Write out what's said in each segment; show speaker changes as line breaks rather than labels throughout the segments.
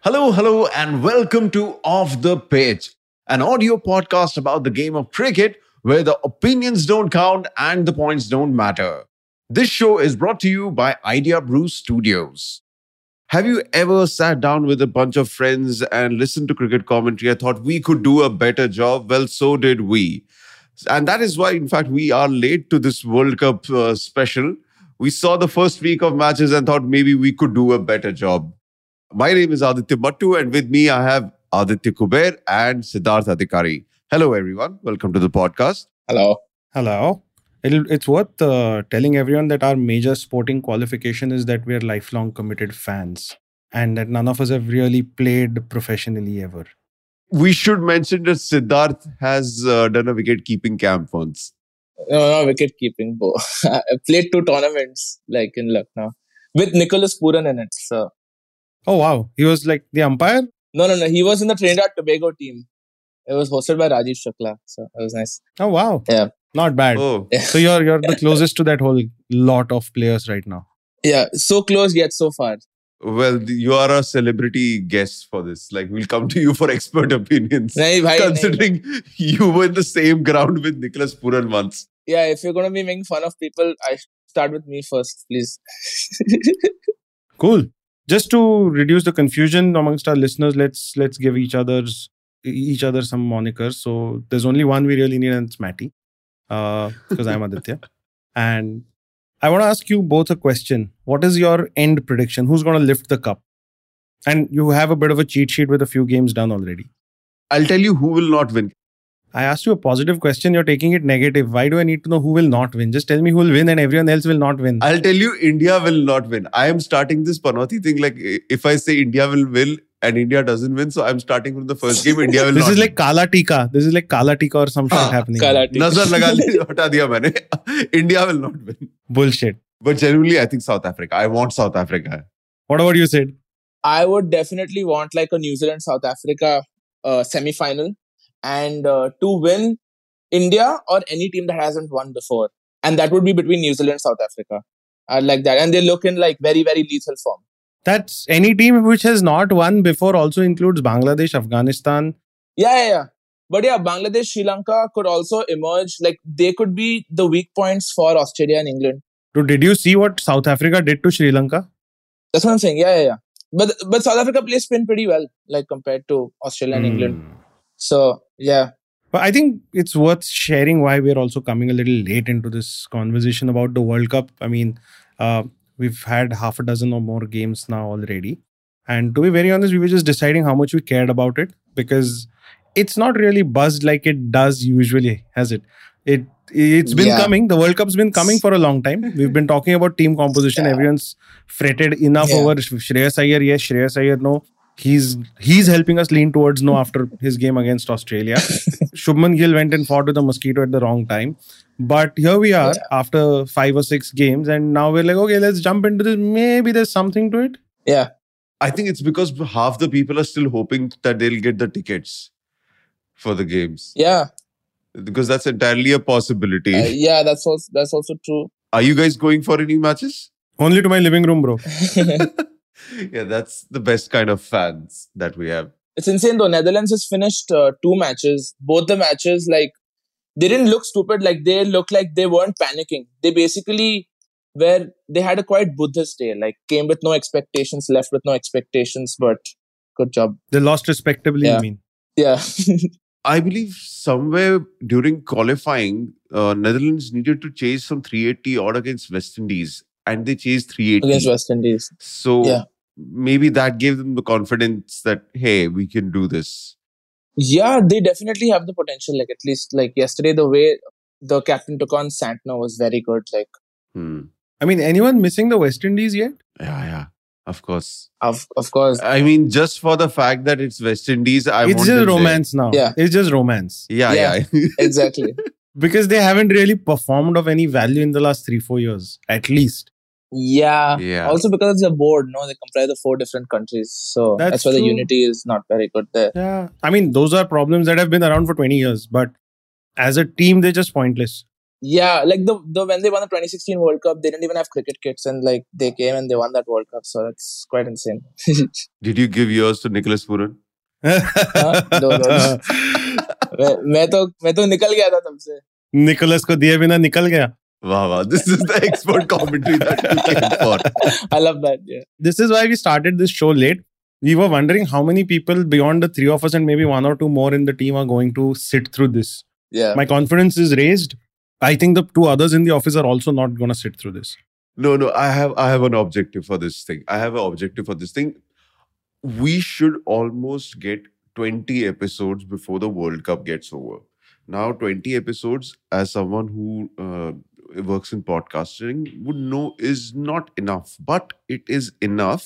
Hello, hello, and welcome to Off the Pitch, an audio podcast about the game of cricket where the opinions don't count and the points don't matter. This show is brought to you by Idea Brew Studios. Have you ever sat down with a bunch of friends and listened to cricket commentary and thought we could do a better job? Well, so did we. And that is why, in fact, we are late to this World Cup uh, special. We saw the first week of matches and thought maybe we could do a better job. My name is Aditya Mattu, and with me I have Aditya Kuber and Siddharth Adhikari. Hello, everyone. Welcome to the podcast.
Hello.
Hello. It'll, it's worth uh, telling everyone that our major sporting qualification is that we're lifelong committed fans and that none of us have really played professionally ever.
We should mention that Siddharth has uh, done a wicket-keeping camp once.
No, no, Uh, wicket keeping. Bo. I played two tournaments like in Lucknow with Nicholas Puran in it. So
Oh, wow. He was like the umpire?
no, no, no. He was in the Trinidad Tobago team. It was hosted by Rajiv Shukla. So it was nice.
Oh, wow.
Yeah.
Not bad.
Oh,
So you're, you're the closest to that whole lot of players right now.
Yeah. So close yet so far.
well, you are a celebrity guest for this. Like, we'll come to you for expert opinions.
Nahi, bhai, nahi, bhai.
Considering you were in the same ground with Nicholas Puran once.
Yeah. If you're going to be making fun of people, I start with me first, please.
Cool. Just to reduce the confusion amongst our listeners, let's let's give each other's e-, each other some monikers. So there's only one we really need, and it's Matty, because I'm Aditya. And I want to ask you both a question. What is your end prediction? Who's going to lift the cup? And you have a bit of a cheat sheet with a few games done already.
I'll tell you who will not win.
I asked you a positive question. You're taking it negative. Why do I need to know who will not win? Just tell me who will win, and everyone else will not win.
I'll tell you, India will not win. I am starting this Panoti thing. Like, if I say India will win and India doesn't win, so I'm starting from the first game. India will
this
not win.
is
Ah,
like Kala Tika. This is like Kala Tika or some shit
हाँ,
happening.
Kalati.
नजर लगा ली हटा दिया मैंने India will not win
Bullshit.
But generally I think South Africa I want South Africa
What about you, Sid?
I would definitely want like a New Zealand South Africa uh, semi final and uh, to win India or any team that hasn't won before. And that would be between New Zealand South Africa. I like that. And they look in like very, very lethal form.
That's any team which has not won before also includes Bangladesh, Afghanistan.
Yeah, yeah, yeah. But yeah, Bangladesh, Sri Lanka could also emerge. Like they could be the weak points for Australia and England.
Dude, did you see what South Africa did to Sri Lanka?
That's what I'm saying. Yeah, yeah, yeah. But but South Africa plays spin pretty well, like compared to Australia
Hmm.
and
Hmm.
England. So yeah,
But I think it's worth sharing why we're also coming a little late into this conversation about the World Cup. I mean, uh, we've had half a dozen or more games now already. And to be very honest, we were just deciding how much we cared about it because it's not really buzzed like it does usually, has it? It it's been
Yeah.
coming. The World Cup's been coming for a long time. We've been talking about team composition.
Yeah.
Everyone's fretted enough
Yeah.
over Shreyas Iyer. Yes, Shreyas Iyer. No, he's he's helping us lean towards no after his game against Australia. Shubman Gill went and fought with a mosquito at the wrong time. But here we are after five or six games, and now we're like, okay, let's jump into this. Maybe there's something to it.
yeah,
I think it's because half the people are still hoping that they will get the tickets for the games
yeah,
because that's entirely a possibility
Uh, yeah. That's also that's also true.
Are you guys going for any matches
Only to my living room, bro.
yeah that's the best kind of fans that we have
it's insane though. Netherlands has finished uh, two matches. Both the matches, like, they didn't look stupid. Like, they looked like they weren't panicking. They basically were, they had a quite Buddhist day. Like, came with no expectations, left with no expectations, but good job.
They lost respectably. I
Yeah.
mean,
Yeah.
I believe somewhere during qualifying, uh, Netherlands needed to chase some 380 odd against West Indies, and they chased 380.
Against West Indies.
So
Yeah.
maybe that gave them the confidence that hey, we can do this.
Yeah, they definitely have the potential. Like, at least, like, yesterday, the way the captain took on Santner was very good. Like,
Hmm.
I mean, anyone missing the West Indies yet?
Yeah, yeah, of course.
of, of course.
I mean, just for the fact that it's West Indies, I
it's
want
just
them there.
romance now.
Yeah.
It's just romance
Yeah, yeah.
Yeah. Exactly.
because they haven't really performed of any value in the last three, four years, at least.
Yeah.
Yeah.
Also because they're bored, no, they comprise the four different countries. So
That's
that's, why the
true.
unity is not very good there.
Yeah. I mean, those are problems that have been around for 20 years, but as a team, they're just pointless.
Yeah, like the the when they won the 2016 World Cup, they didn't even have cricket kits, and like they came and they won that World Cup. So that's quite insane.
Did you give yours to Nicholas Puran?
no, no. मैं मैं तो मैं तो निकल गया था तुमसे
Nicholas को दिए बिना निकल गया
Wow, wow. This is the expert commentary that you came for.
I love that. Yeah.
this is why we started this show late. We were wondering how many people beyond the three of us and maybe one or two more in the team are going to sit through this.
Yeah.
My confidence is raised. I think the two others in the office are also not going to sit through this.
No, no, I have I have an objective for this thing. I have an objective for this thing. We should almost get 20 episodes before the World Cup gets over. Now, 20 episodes, as someone who uh, works in podcasting would know, is not enough, but it is enough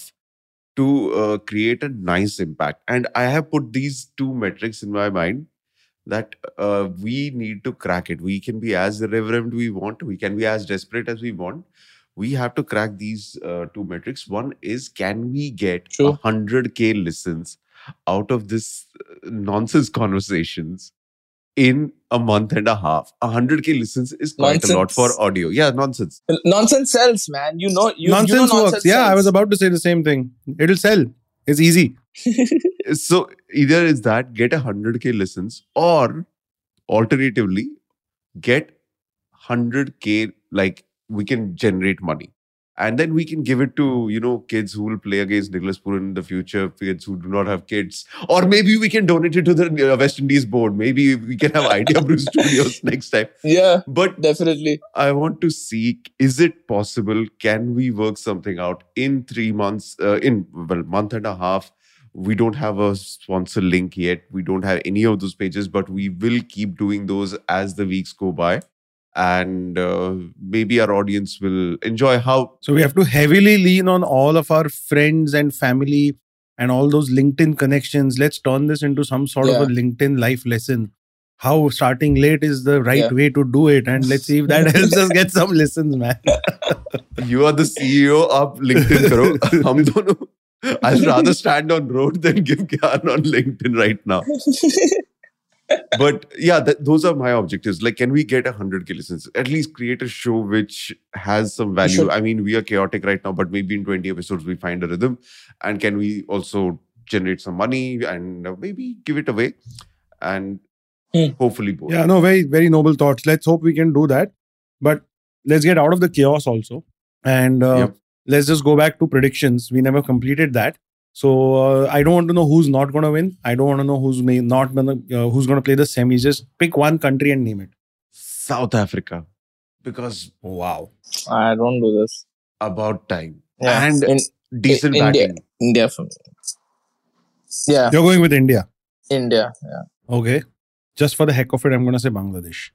to uh, create a nice impact. And I have put these two metrics in my mind that uh, we need to crack it. We can be as irreverent we want, we can be as desperate as we want. We have to crack these uh, two metrics. One is can we get
True.
100k listens out of this uh, nonsense conversations in a month and a half? 100k listens is quite a lot for
Nonsense.
audio. Yeah, nonsense.
Nonsense sells, man. You know, you,
nonsense
you know
works.
nonsense
Yeah, I
sells.
was about to say the same thing. It'll sell. It's easy.
So either is that get 100k listens or alternatively get 100k like we can generate money and then we can give it to you know kids who will play against Nicholas Puran in the future kids who do not have kids or maybe we can donate it to the uh, West Indies board maybe we can have Idea Brew Studios next time
Yeah,
but
definitely.
I want to seek is it possible? Can we work something out in three months, uh, in well, month and a half? We don't have a sponsor link yet. We don't have any of those pages, but we will keep doing those as the weeks go by. And uh, maybe our audience will enjoy how.
So we have to heavily lean on all of our friends and family and all those LinkedIn connections. Let's turn this into some sort of a LinkedIn life lesson. How starting late is the right
Yeah.
way to do it. And let's see if that helps us get some listens, man.
You are the CEO of LinkedIn, karo. Hum dono. I'd rather stand on road than give Gyan on LinkedIn right now. but yeah, th- those are my objectives. Like, can we get a hundred k listens? At least create a show which has some value.
should.
I mean, we are chaotic right now, but maybe in twenty episodes we find a rhythm, and can we also generate some money and uh, maybe give it away, and
Hmm.
hopefully both.
Yeah, no, very, very noble thoughts. Let's hope we can do that. But let's get out of the chaos also. And uh,
Yep.
let's just go back to predictions. We never completed that. So uh, I don't want to know who's not going to win. I don't want to know who's may not gonna, uh, who's going to play the semis. Just pick one country and name it.
South Africa, because
Wow.
I don't do this.
about time
Yeah.
and
In,
decent
India.
batting.
India for me. Yeah,
You're going with India.
India. Yeah.
Okay. Just for the heck of it, I'm going to say Bangladesh.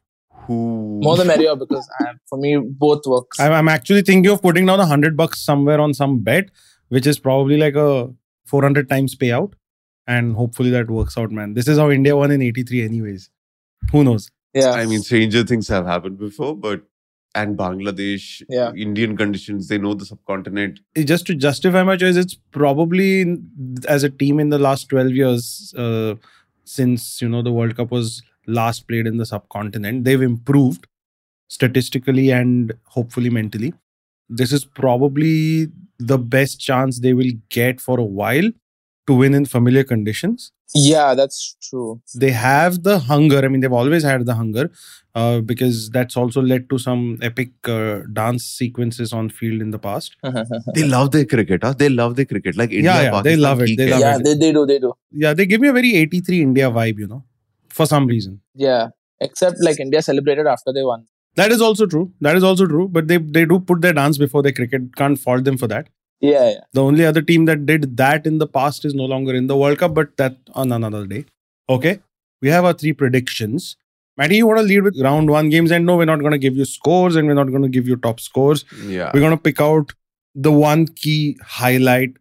Who
More the merrier because I, for me both works.
I'm, I'm actually thinking of putting down a 100 bucks somewhere on some bet, which is probably like a 400 times payout. And hopefully that works out, man. This is how India won in 83, anyways. Who knows?
yeah.
I mean, stranger things have happened before, but and Bangladesh,
Yeah.
Indian conditions, they know the subcontinent.
It- Just to justify my choice, it's probably in- as a team in the last 12 years uh, since, you know, the World Cup was last played in the subcontinent. They've improved statistically and hopefully mentally. This is probably the best chance they will get for a while to win in familiar conditions.
yeah, that's true.
They have the hunger. I mean, they've always had the hunger uh, because that's also led to some epic uh, dance sequences on field in the past.
They love their cricket, huh? They love their cricket. Like India,
Yeah, yeah, they
Pakistan,
love it.
ki
They
keh-
love
yeah,
it.
they, they do, they do.
Yeah, they give me a very 83 India vibe, you know, for some reason.
Yeah. Except like India celebrated after they won.
That is also true. That is also true. But they, they do put their dance before their cricket. Can't fault them for that.
Yeah, yeah.
The only other team that did that in the past is no longer in the World Cup, but that on another day. Okay. We have our three predictions. Matty, you want to lead with round one games, and no, we're not going to give you scores and we're not going to give you top scores.
Yeah.
We're going to pick out the one key highlight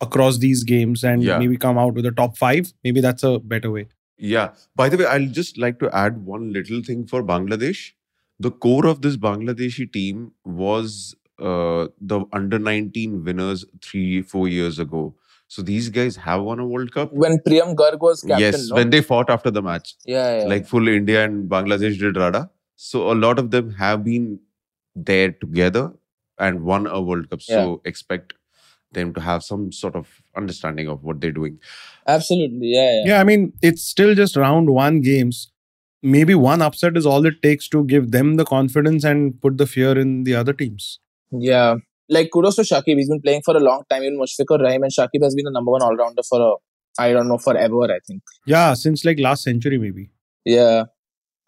across these games and
Yeah.
maybe come out with a top five. Maybe that's a better way.
Yeah. By the way, I'll just like to add one little thing for Bangladesh. The core of this Bangladeshi team was uh, the under 19 winners three, four years ago. So these guys have won a World Cup.
When Priyam Garg was captain,
yes,
no?
when they fought after the match,
yeah, yeah.
like full India and Bangladesh did Rada. So a lot of them have been there together and won a World Cup. So expect them to have some sort of understanding of what they're doing.
Absolutely. Yeah. Yeah.
Yeah, I mean, it's still just round one games. Maybe one upset is all it takes to give them the confidence and put the fear in the other teams.
Yeah. Like kudos to Shakib. He's been playing for a long time. Even Mushfiqur Rahim and Shakib has been the number one all rounder for a I don't know forever. I think.
Yeah, since like last century, maybe.
Yeah.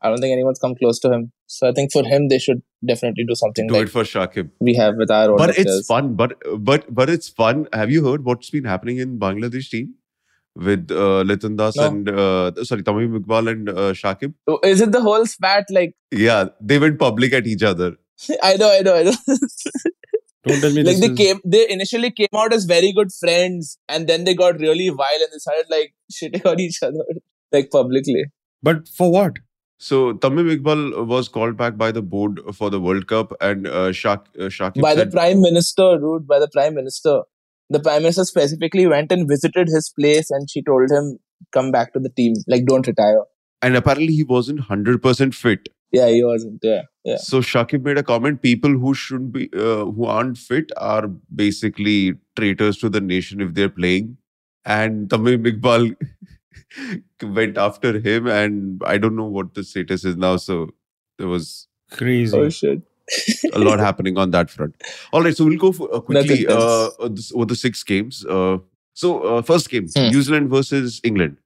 I don't think anyone's come close to him. So I think for him they should definitely do something
Do
like
it for Shakib.
we have with our own.
But it's
players.
fun. But but but it's fun. Have you heard what's been happening in Bangladesh team with uh, Litan Das
No.
and uh, sorry Tamim Iqbal and uh, Shakib?
Is it the whole spat? Like
Yeah, they went public at each other.
I know, I know, I know.
Don't tell me
like
this
they
is-
came, they initially came out as very good friends, and then they got really vile and they started like shitting on each other, like publicly.
But for what?
So Tamim Iqbal was called back by the board for the World Cup, and uh, Shak uh, Shakib
by the
said,
prime minister, dude. By the prime minister, the prime minister specifically went and visited his place, and she told him, "Come back to the team. Like, don't retire."
and apparently he wasn't hundred percent fit.
Yeah, he wasn't. Yeah, yeah.
So Shakib made a comment: people who shouldn't be, uh, who aren't fit, are basically traitors to the nation if they're playing. And Tamim Iqbal went after him, and I don't know what the status is now. So there was
Crazy.
Oh shit.
a lot happening on that front. All right, so we'll go for, uh, quickly
Nothing
uh,
else.
uh, this- over the six games. Uh, so uh, first game,
Hmm.
New Zealand versus England.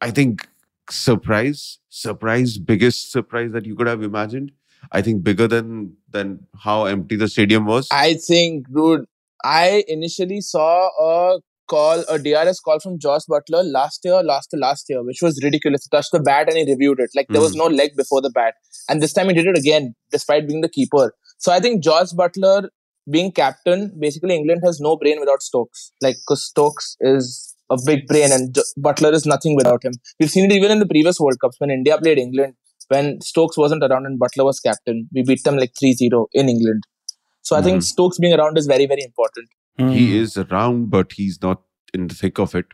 I think surprise, surprise, biggest surprise that you could have imagined. I think bigger than than how empty the stadium was.
I think, dude, I initially saw a call, a DRS call from Josh Butler last year, last to last year, which was ridiculous. He touched the bat and he reviewed it. Like there was
Mhm.
no leg before the bat. And this time he did it again, despite being the keeper. So I think Josh Butler being captain, basically England has no brain without Stokes. Like, because Stokes is a big brain and Jo- Butler is nothing without him. We've seen it even in the previous World Cups when India played England. When Stokes wasn't around and Butler was captain, we beat them like 3 0 in England. So I think
Mm-hmm.
Mhm.
Stokes being around is very, very important.
Hmm.
Hmm.
He is around, but he's not in the thick of it.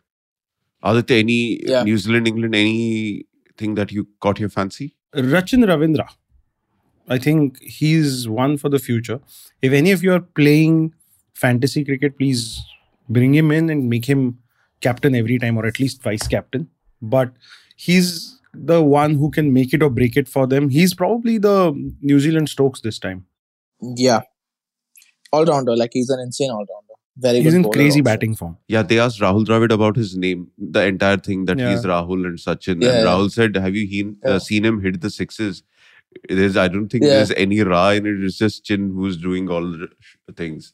Aditya, any
Yeah.
New Zealand, England, anything that you caught your fancy?
Rachin Ravindra. I think he's one for the future. If any of you are playing fantasy cricket, please bring him in and make him captain every time or at least vice captain. But he's the one who can make it or break it for them. He's probably the New Zealand Stokes this time.
Yeah. All rounder. Like he's an insane all rounder. Very
He's
good
in
bowler
crazy
also.
batting form.
Yeah, they asked Rahul Dravid about his name, the entire thing that
Yeah.
he's Rahul and Sachin.
Yeah,
and
yeah.
Rahul said, "Have you heen, uh,
Yeah.
seen him hit the sixes? There's, I don't think
Yeah.
there's any Ra in it. It's just Chin who's doing all the sh- things.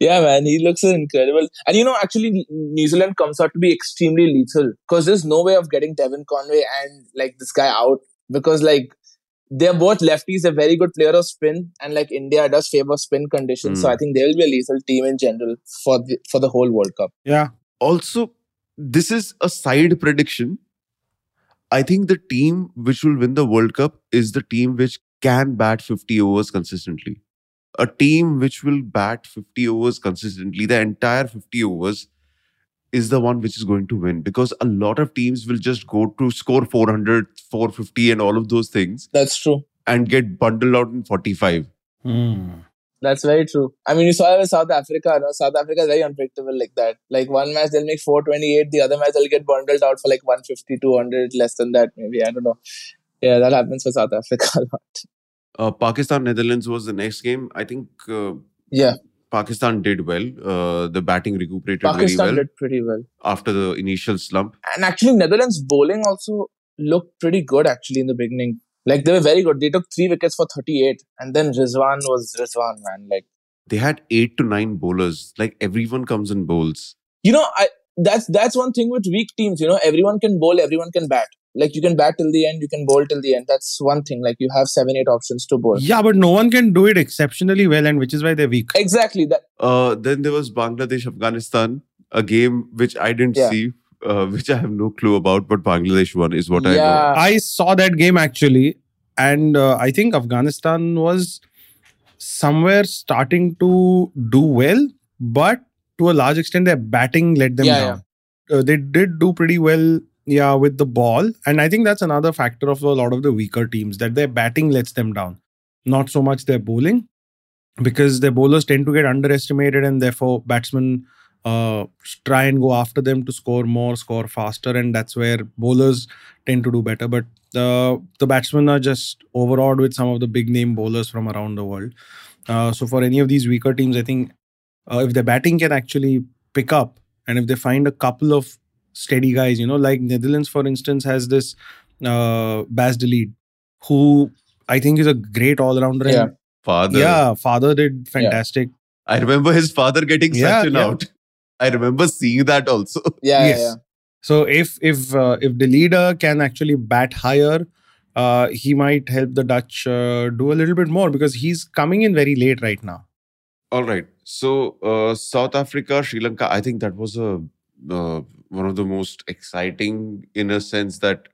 yeah, man. He looks incredible. And you know, actually, New Zealand comes out to be extremely lethal because there's no way of getting Devin Conway and like this guy out because like they're both lefties. They're very good player of spin, and like India does favor spin conditions. So
Mm.
I think they will be a lethal team in general for the for the whole World Cup.
Yeah.
Also, this is a side prediction. I think the team which will win the World Cup is the team which can bat 50 overs consistently. A team which will bat 50 overs consistently, the entire 50 overs, is the one which is going to win because a lot of teams will just go to score 400, 450, and all of those things
That's true.
and get bundled out in 45.
That's very true. I mean, you saw it with South Africa. No? South Africa is very unpredictable like that. Like one match they'll make 428, the other match they'll get bundled out for like 150, 200, less than that maybe. I don't know. Yeah, that happens for South Africa a lot.
Uh, Pakistan Netherlands was the next game. I think uh,
Yeah,
Pakistan did well. Uh, the batting recuperated very
Pakistan
well.
did pretty well.
after the initial slump.
And actually, Netherlands bowling also looked pretty good actually in the beginning. Like they were very good. They took three wickets for 38, and then Rizwan was Rizwan, man. Like
They had eight to nine bowlers. Like everyone comes and bowls.
you know, I that's that's one thing with weak teams. You know, everyone can bowl, everyone can bat. Like you can bat till the end, you can bowl till the end. That's one thing. Like you have seven, eight options to bowl.
Yeah, but no one can do it exceptionally well, and which is why they're weak.
Exactly that.
Uh, then there was Bangladesh Afghanistan, a game which I didn't
Yeah.
see, uh, which I have no clue about, but Bangladesh won is what I know.
yeah,
I saw that game actually, and uh, I think Afghanistan was somewhere starting to do well, but to a large extent, their batting let them
Yeah,
down. Uh, they did do pretty well Yeah, with the ball. And I think that's another factor of a lot of the weaker teams that their batting lets them down, not so much their bowling, because their bowlers tend to get underestimated and therefore batsmen uh, try and go after them to score more, score faster. And that's where bowlers tend to do better. But the, the batsmen are just overawed with some of the big name bowlers from around the world. Uh, so for any of these weaker teams, I think uh, if the batting can actually pick up and if they find a couple of steady guys, you know, like Netherlands, for instance, has this uh, Bas de Lead, who I think is a great all rounder.
Yeah.
Father.
yeah, father did fantastic.
I remember his father getting
Yeah,
such an
yeah.
out. I remember seeing that also.
Yeah,
Yes.
yeah.
So if if uh, if the leader can actually bat higher, uh, he might help the Dutch uh, do a little bit more because he's coming in very late right now.
All right. So uh, South Africa, Sri Lanka. I think that was a uh, one of the most exciting, in a sense, that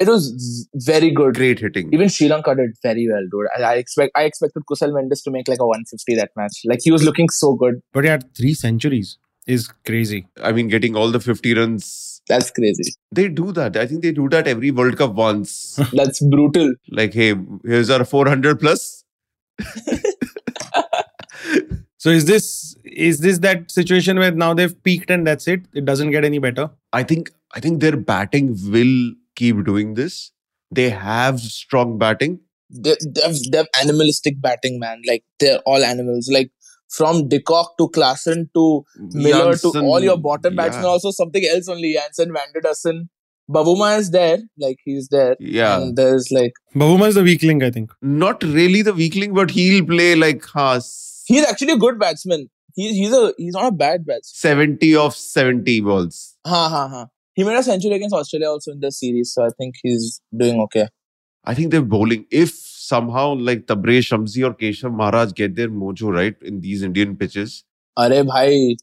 It was z- very good.
great hitting.
Even Sri Lanka did very well, dude. I, I expect I expected Kusal Mendes to make like a 150 that match. Like he was looking so good.
But yeah, three centuries is crazy.
I mean, getting all the fifty runs.
That's crazy.
They do that. I think they do that every World Cup once.
That's brutal.
like, hey, here's our four hundred plus.
So is this is this that situation where now they've peaked and that's it? It doesn't get any better.
I think I think their batting will keep doing this. They have strong batting.
They, they've, they've animalistic batting, man. Like they're all animals. Like from De Kock to Klassen to Miller to
Jansen-
all your bottom batsmen.
yeah.
Also something else only. Jansen, Van der Dussen. Bavuma is there. Like he's there.
Yeah,
And there's like
Bahuma is the weak link, I think.
not really the weakling, but he'll play like huh,
he's actually a good batsman. He, he's a he's not a bad batsman.
seventy of seventy balls.
Ha ha ha. He made a century against Australia also in the series, so I think he's doing okay.
I think they're bowling. If somehow like Tabre Shamsi or Keshav Maharaj get their mojo right in these Indian pitches,
Arey bhai,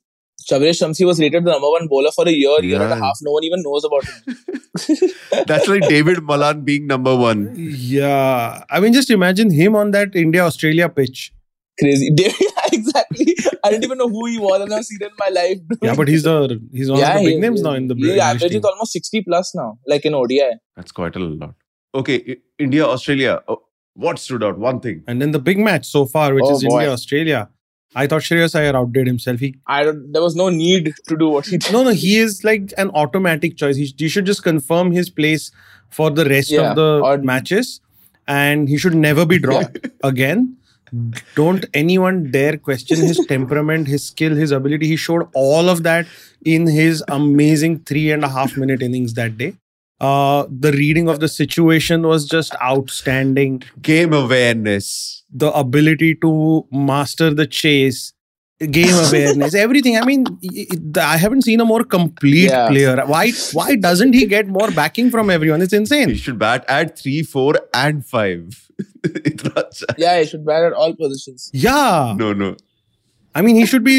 Shabrish Shamsi was rated the number one bowler for a year, year and a
Yeah.
half. No one even knows about him.
that's like David Malan being number one.
Yeah. I mean, just imagine him on that India Australia pitch.
Crazy. David, exactly. I didn't even know who he was. I've never seen him in my life.
Yeah, but he's the he's one of the big
he-
names now in the
he
English
averages
team.
almost 60 plus now, like in ODI.
That's quite a lot. Okay, I- India Australia. Oh, what stood out? One thing.
And then the big match so far, which
Oh,
is
boy.
India Australia. I thought Shreyas Iyer outdid himself. He
I don't. There was no need to do what he did.
no no he is like an automatic choice. He, he should just confirm his place for the rest
Yeah,
of the
or-
matches, and he should never be dropped again. Don't anyone dare question his temperament, his skill, his ability. He showed all of that in his amazing three and a half minute innings that day. Uh, the reading of the situation was just outstanding
Game awareness.
the ability to master the chase game awareness everything i mean i- i i haven't seen a more complete
Yeah.
player why why doesn't he get more backing from everyone it's
He
insane
should bat at three, four, and five. Itna cha-
Yeah, he should bat at all positions.
yeah
no, no.
i mean he should be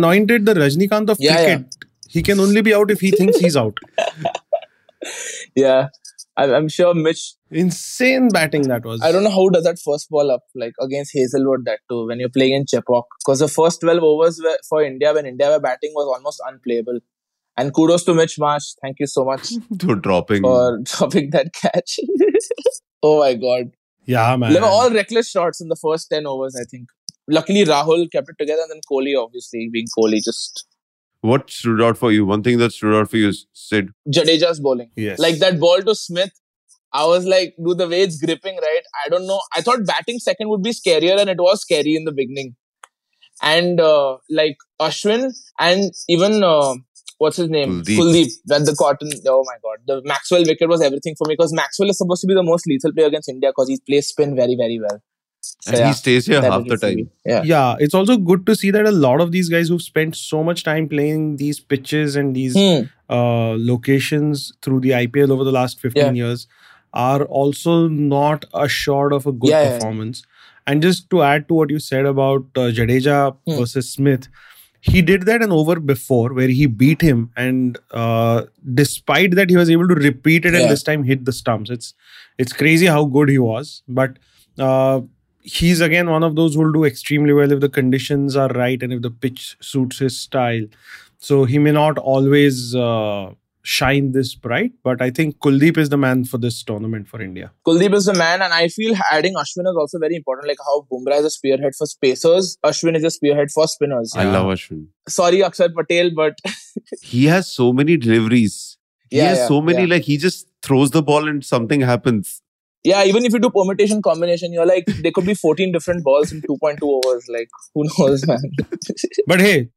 anointed the rajnikant of
Yeah,
cricket he can only be out if he thinks he's out
Yeah. I'm, I'm sure Mitch
insane batting that was
I don't know how does that first ball up like against Hazelwood that too when you're playing in Chepauk because the first 12 overs were, for India when India were batting was almost unplayable. And kudos to Mitch Marsh. Thank you so much
They're dropping.
for dropping that catch. oh my god.
yeah man
They were all reckless shots in the first 10 overs, I think. Luckily, Rahul kept it together and then Kohli, obviously, being Kohli, just
What stood out for you? One thing that stood out for you, Sid.
Jadeja's bowling.
yes
Like that ball to Smith. I was like, do the way it's gripping, right? I don't know. I thought batting second would be scarier, and it was scary in the beginning. And uh, like Ashwin and even uh, what's his name,
Kuldeep.
Kuldeep, that the cotton. Oh my god, the Maxwell wicket was everything for me because Maxwell is supposed to be the most lethal player against India because he plays spin very, very well. So,
And he
yeah,
stays here
that
half
was
the
it for
time.
me. Yeah,
yeah it's also good to see that a lot of these guys who've spent so much time playing these pitches and these
Hmm.
uh, locations through the IPL over the last 15
Yeah.
years are also not assured of a good
Yeah, yeah.
performance. And just to add to what you said about uh, Jadeja
Hmm.
versus Smith, he did that an over before where he beat him, and uh, despite that, he was able to repeat it and
Yeah.
this time hit the stumps. It's it's crazy how good he was, but uh, he's again one of those who'll do extremely well if the conditions are right and if the pitch suits his style. So he may not always uh, shine this bright, but I think Kuldeep is the man for this tournament for India.
Kuldeep is the man, and I feel adding Ashwin is also very important. Like how Bumrah is a spearhead for spacers, Ashwin is a spearhead for spinners.
I love Ashwin.
Sorry, Akshar Patel, but
He has so many deliveries. He
Yeah,
has
yeah,
so many, like, he just throws the ball and something happens.
yeah, even if you do permutation combination, you're like there could be 14 different balls in 2.2 overs. Like who knows, man?
But hey,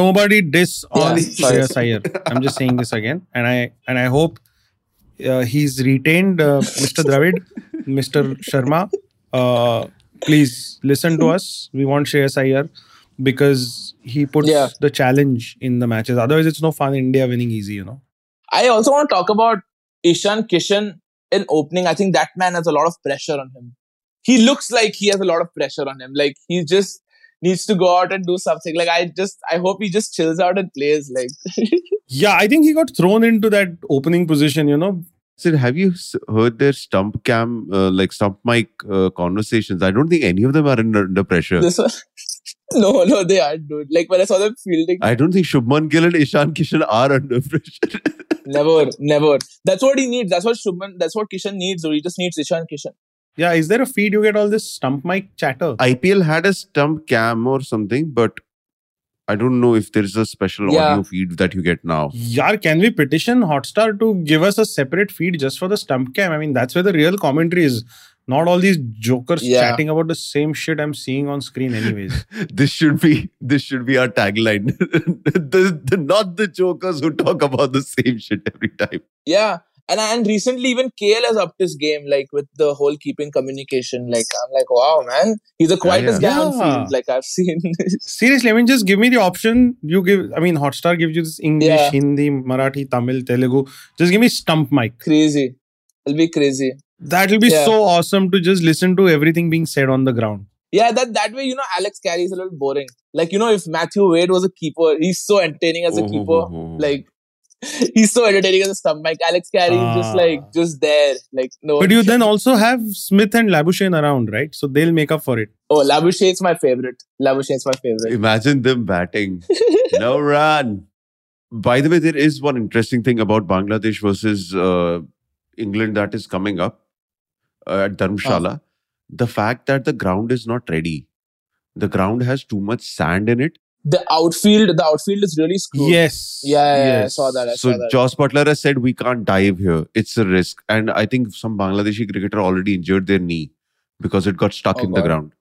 nobody diss on
Yeah, sorry.
Shreyas Iyer. I'm just saying this again, and I and I hope uh, he's retained uh, Mr. Dravid, Mr. Sharma. Uh, please listen to us. We want Shreyas Iyer because he puts
Yeah.
the challenge in the matches. Otherwise, it's no fun. India winning easy, you know.
I also want to talk about Ishan Kishan in opening. I think that man has a lot of pressure on him. He looks like he has a lot of pressure on him. Like he just needs to go out and do something. Like I just I hope he just chills out and plays. Like
Yeah, I think he got thrown into that opening position. You know,
Sir, have you s- heard their stump cam, uh, like stump mic uh, conversations? I don't think any of them are in- under pressure.
this one. No, no, they aren't, dude. Like when I saw them fielding,
I don't think Shubman Gill and Ishan Kishan are under pressure.
never, never. That's what he needs. That's what Shubman. That's what Kishan needs. Dude. He just needs Ishan Kishan.
yeah. Is there a feed you get all this stump mic chatter?
IPL had a stump cam or something, but I don't know if there's a special
Yeah.
audio feed that you get now.
Yar, can we petition Hotstar to give us a separate feed just for the stump cam? I mean, that's where the real commentary is. Not all these jokers
Yeah.
chatting about the same shit I'm seeing on screen, anyways.
This should be this should be our tagline. the, the, not the jokers who talk about the same shit every time.
Yeah. And and recently even KL has upped his game, like with the whole keeping communication. Like I'm like, wow, man. He's the quietest
yeah.
guy on
Yeah.
field, like I've seen.
Seriously, I mean, just give me the option. You give, I mean, Hotstar gives you this English,
Yeah.
Hindi, Marathi, Tamil, Telugu. Just give me stump mic.
crazy. It'll be crazy.
That'll be
Yeah.
so awesome to just listen to everything being said on the ground.
Yeah, that that way, you know, Alex Carey is a little boring. Like, you know, if Matthew Wade was a keeper, he's so entertaining as a
Oh,
keeper.
oh, oh, oh.
Like he's so entertaining as a stump. Like Alex Carey is
Ah.
just like just there. Like no
But you then also have Smith and Labuschagne around, right? So they'll make up for it.
Oh Labuschagne's my favorite. Labuschagne's my favorite.
Imagine them batting. no run. By the way, there is one interesting thing about Bangladesh versus uh, England that is coming up uh, at Dharamshala. The fact that the ground is not ready. The ground has too much sand in it.
The outfield, the outfield is really screwed.
Yes.
Yeah, yeah, yeah, I saw that. I saw
So
that.
Joss Butler has said we can't dive here. It's a risk. And I think some Bangladeshi cricketer already injured their knee because it got stuck
Oh,
in the
God.
ground.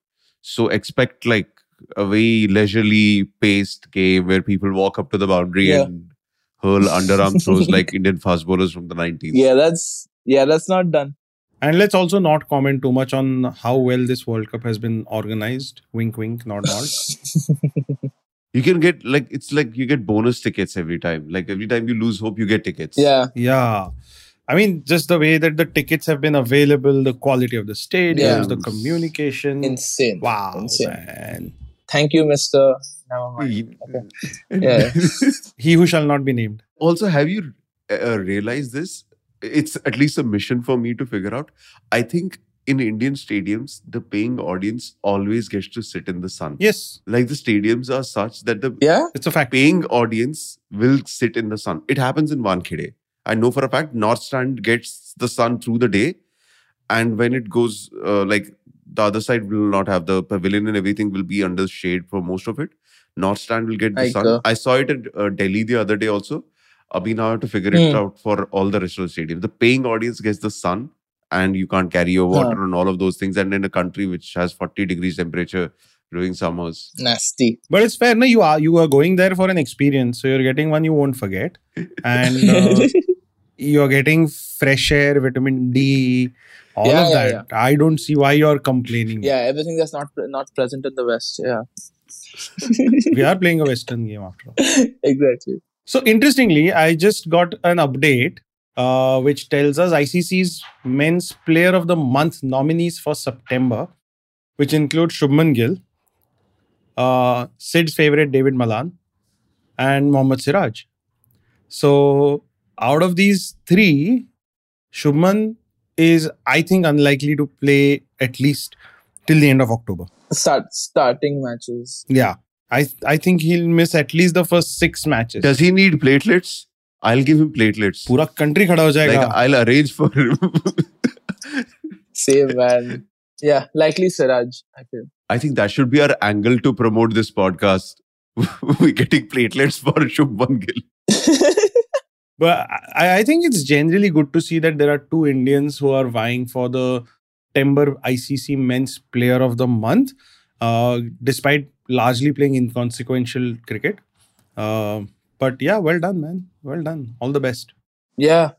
So expect like a very leisurely paced game where people walk up to the boundary
Yeah.
and hurl underarm throws like Indian fast bowlers from the 90s.
Yeah, that's yeah, that's not done.
And let's also not comment too much on how well this World Cup has been organized. Wink, wink, nod, nod.
You can get like it's like you get bonus tickets every time. Like every time you lose hope, you get tickets.
yeah,
yeah. I mean, just the way that the tickets have been available, the quality of the stadiums,
Yeah.
the communication.
insane.
wow.
Insane.
Man.
Thank you, Mister. Never mind. Yeah.
He who shall not be named.
also have you uh, realized this it's at least a mission for me to figure out i think in indian stadiums the paying audience always gets to sit in the sun
Yes,
like the stadiums are such that the
Yeah,
it's a fact.
paying audience will sit in the sun it happens in vankhede i know for a fact north stand gets the sun through the day and when it goes uh, like the other side will not have the pavilion and everything will be under shade for most of it. North Stand will get the
Like,
sun.
uh,
I saw it in uh, Delhi the other day also. Abhi now I have to figure it
Hmm.
out for all the rest of the stadium. The paying audience gets the sun and you can't carry your water and all of those things. And in a country which has 40 degrees temperature during summers.
nasty.
But it's fair. No, you are you are going there for an experience, so you're getting one you won't forget, and uh, you're getting fresh air, vitamin D, all
Yeah,
of
yeah,
that. I don't see why you're complaining.
yeah, everything that's not not present in the West. Yeah,
we are playing a Western game after all.
exactly.
So interestingly, I just got an update uh, which tells us ICC's Men's Player of the Month nominees for September, which include Shubman Gill, uh, Sid's favorite David Malan, and Mohammad Siraj. So out of these three, Shubman is, I think, unlikely to play at least till the end of October.
Start starting matches.
Yeah. I, I think he'll miss at least the first six matches.
Does he need platelets? I'll give him platelets.
पूरा country खड़ा हो
Like
जाएगा
I'll arrange for him.
Same man. Yeah, likely Siraj. I feel.
I think that should be our angle to promote this podcast. We're getting platelets for Shubman Gill.
But I, I think it's generally good to see that there are two Indians who are vying for the Timber ICC Men's Player of the Month, uh, despite largely playing inconsequential cricket. Uh, but yeah, well done, man. Well done. All the best.
yeah,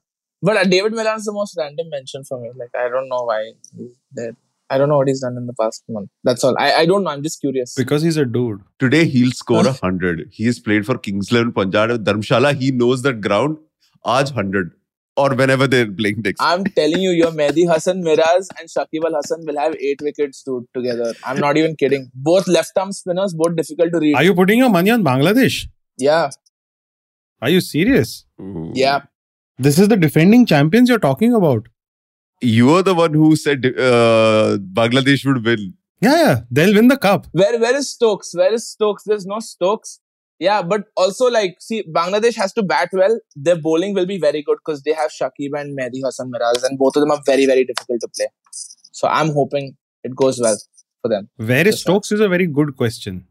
but uh, David Milan is the most random mention for me. Like I don't know why he's there. I don't know what he's done in the past month. That's all. I, I don't know. I'm just curious.
Because he's a dude.
Today he'll score a hundred. He has played for Kings Eleven Punjab Dharamshala. He knows that ground. Aaj hundred or whenever they're playing next.
I'm telling you, your Mehdi Hassan Miraz and Shakib Al Hassan will have eight wickets dude, together. I'm not even kidding. Both left arm spinners, both difficult to read.
Are you putting your money on Bangladesh?
yeah,
Are you serious?
Ooh.
yeah.
This is the defending champions you're talking about.
you were the one who said uh, Bangladesh would win.
Yeah, yeah. They'll win the cup.
Where where is Stokes? Where is Stokes? There's no Stokes. Yeah, but also like see, Bangladesh has to bat well. Their bowling will be very good because they have Shakib and Mehdi Hassan Miraz, and both of them are very very difficult to play. So I'm hoping it goes well for them.
Where is
That's right.
Stokes is a very good question.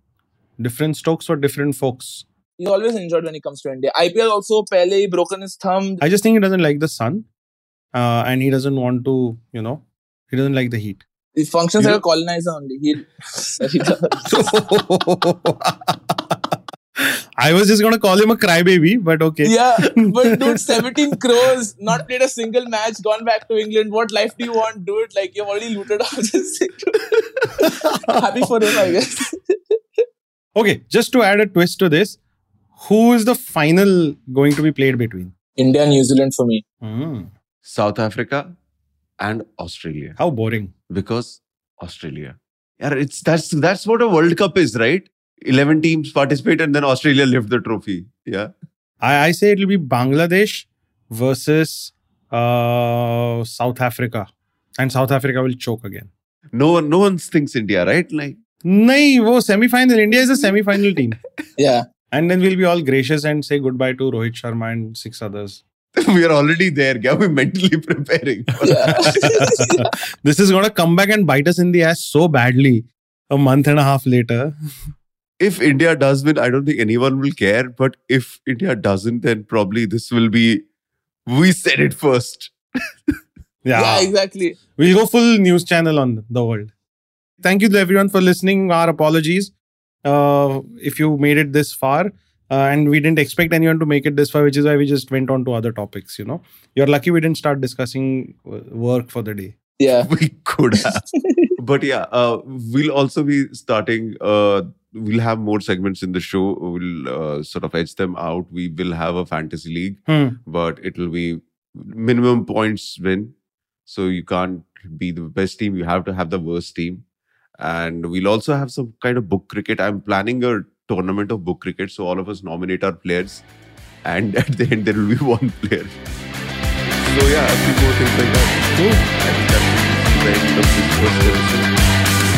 Different Stokes for different folks.
He's always injured when he comes to India. IPL also, Pele he broken his thumb.
I just think he doesn't like the sun, uh, and he doesn't want to, you know, he doesn't like the heat.
He functions
You
like a colonizer only. He, he
So I was just gonna call him a crybaby, but okay.
Yeah, but dude, 17 crores, not played a single match, gone back to England. What life do you want, dude? Like, you've already looted all this. Happy for him, I guess.
Okay, just to add a twist to this, who is the final going to be played between?
India, New Zealand for me.
Mm,
South Africa and Australia
how boring.
because Australia. Yeah, it's that's that's what a World Cup is, right? Eleven teams participate and then Australia lift the trophy. Yeah,
I, I say it'll be Bangladesh versus uh, South Africa, and South Africa will choke again.
no one no one thinks India, right? Like
Nay, wo semi-final. India is a semi-final team.
Yeah.
And then we'll be all gracious and say goodbye to Rohit Sharma and six others.
we are already there. Yeah, we're mentally preparing.
Yeah.
This is going to come back and bite us in the ass so badly a month and a half later.
if India does win, I don't think anyone will care. But if India doesn't, then probably this will be we said it first.
Yeah.
yeah, exactly.
We'll go full news channel on the world. Thank you to everyone for listening. Our apologies uh, if you made it this far. Uh, and we didn't expect anyone to make it this far, which is why we just went on to other topics. You know, you're lucky we didn't start discussing uh, work for the day.
Yeah.
we could have. but yeah, uh, we'll also be starting. Uh, we'll have more segments in the show. We'll uh, sort of edge them out. We will have a fantasy league,
Hmm.
but it'll be minimum points win. So you can't be the best team. You have to have the worst team. And we'll also have some kind of book cricket. I'm planning a tournament of book cricket. So all of us nominate our players. And at the end, there will be one player. So yeah, a few more things like that.
Cool.
And that's the end of this first episode.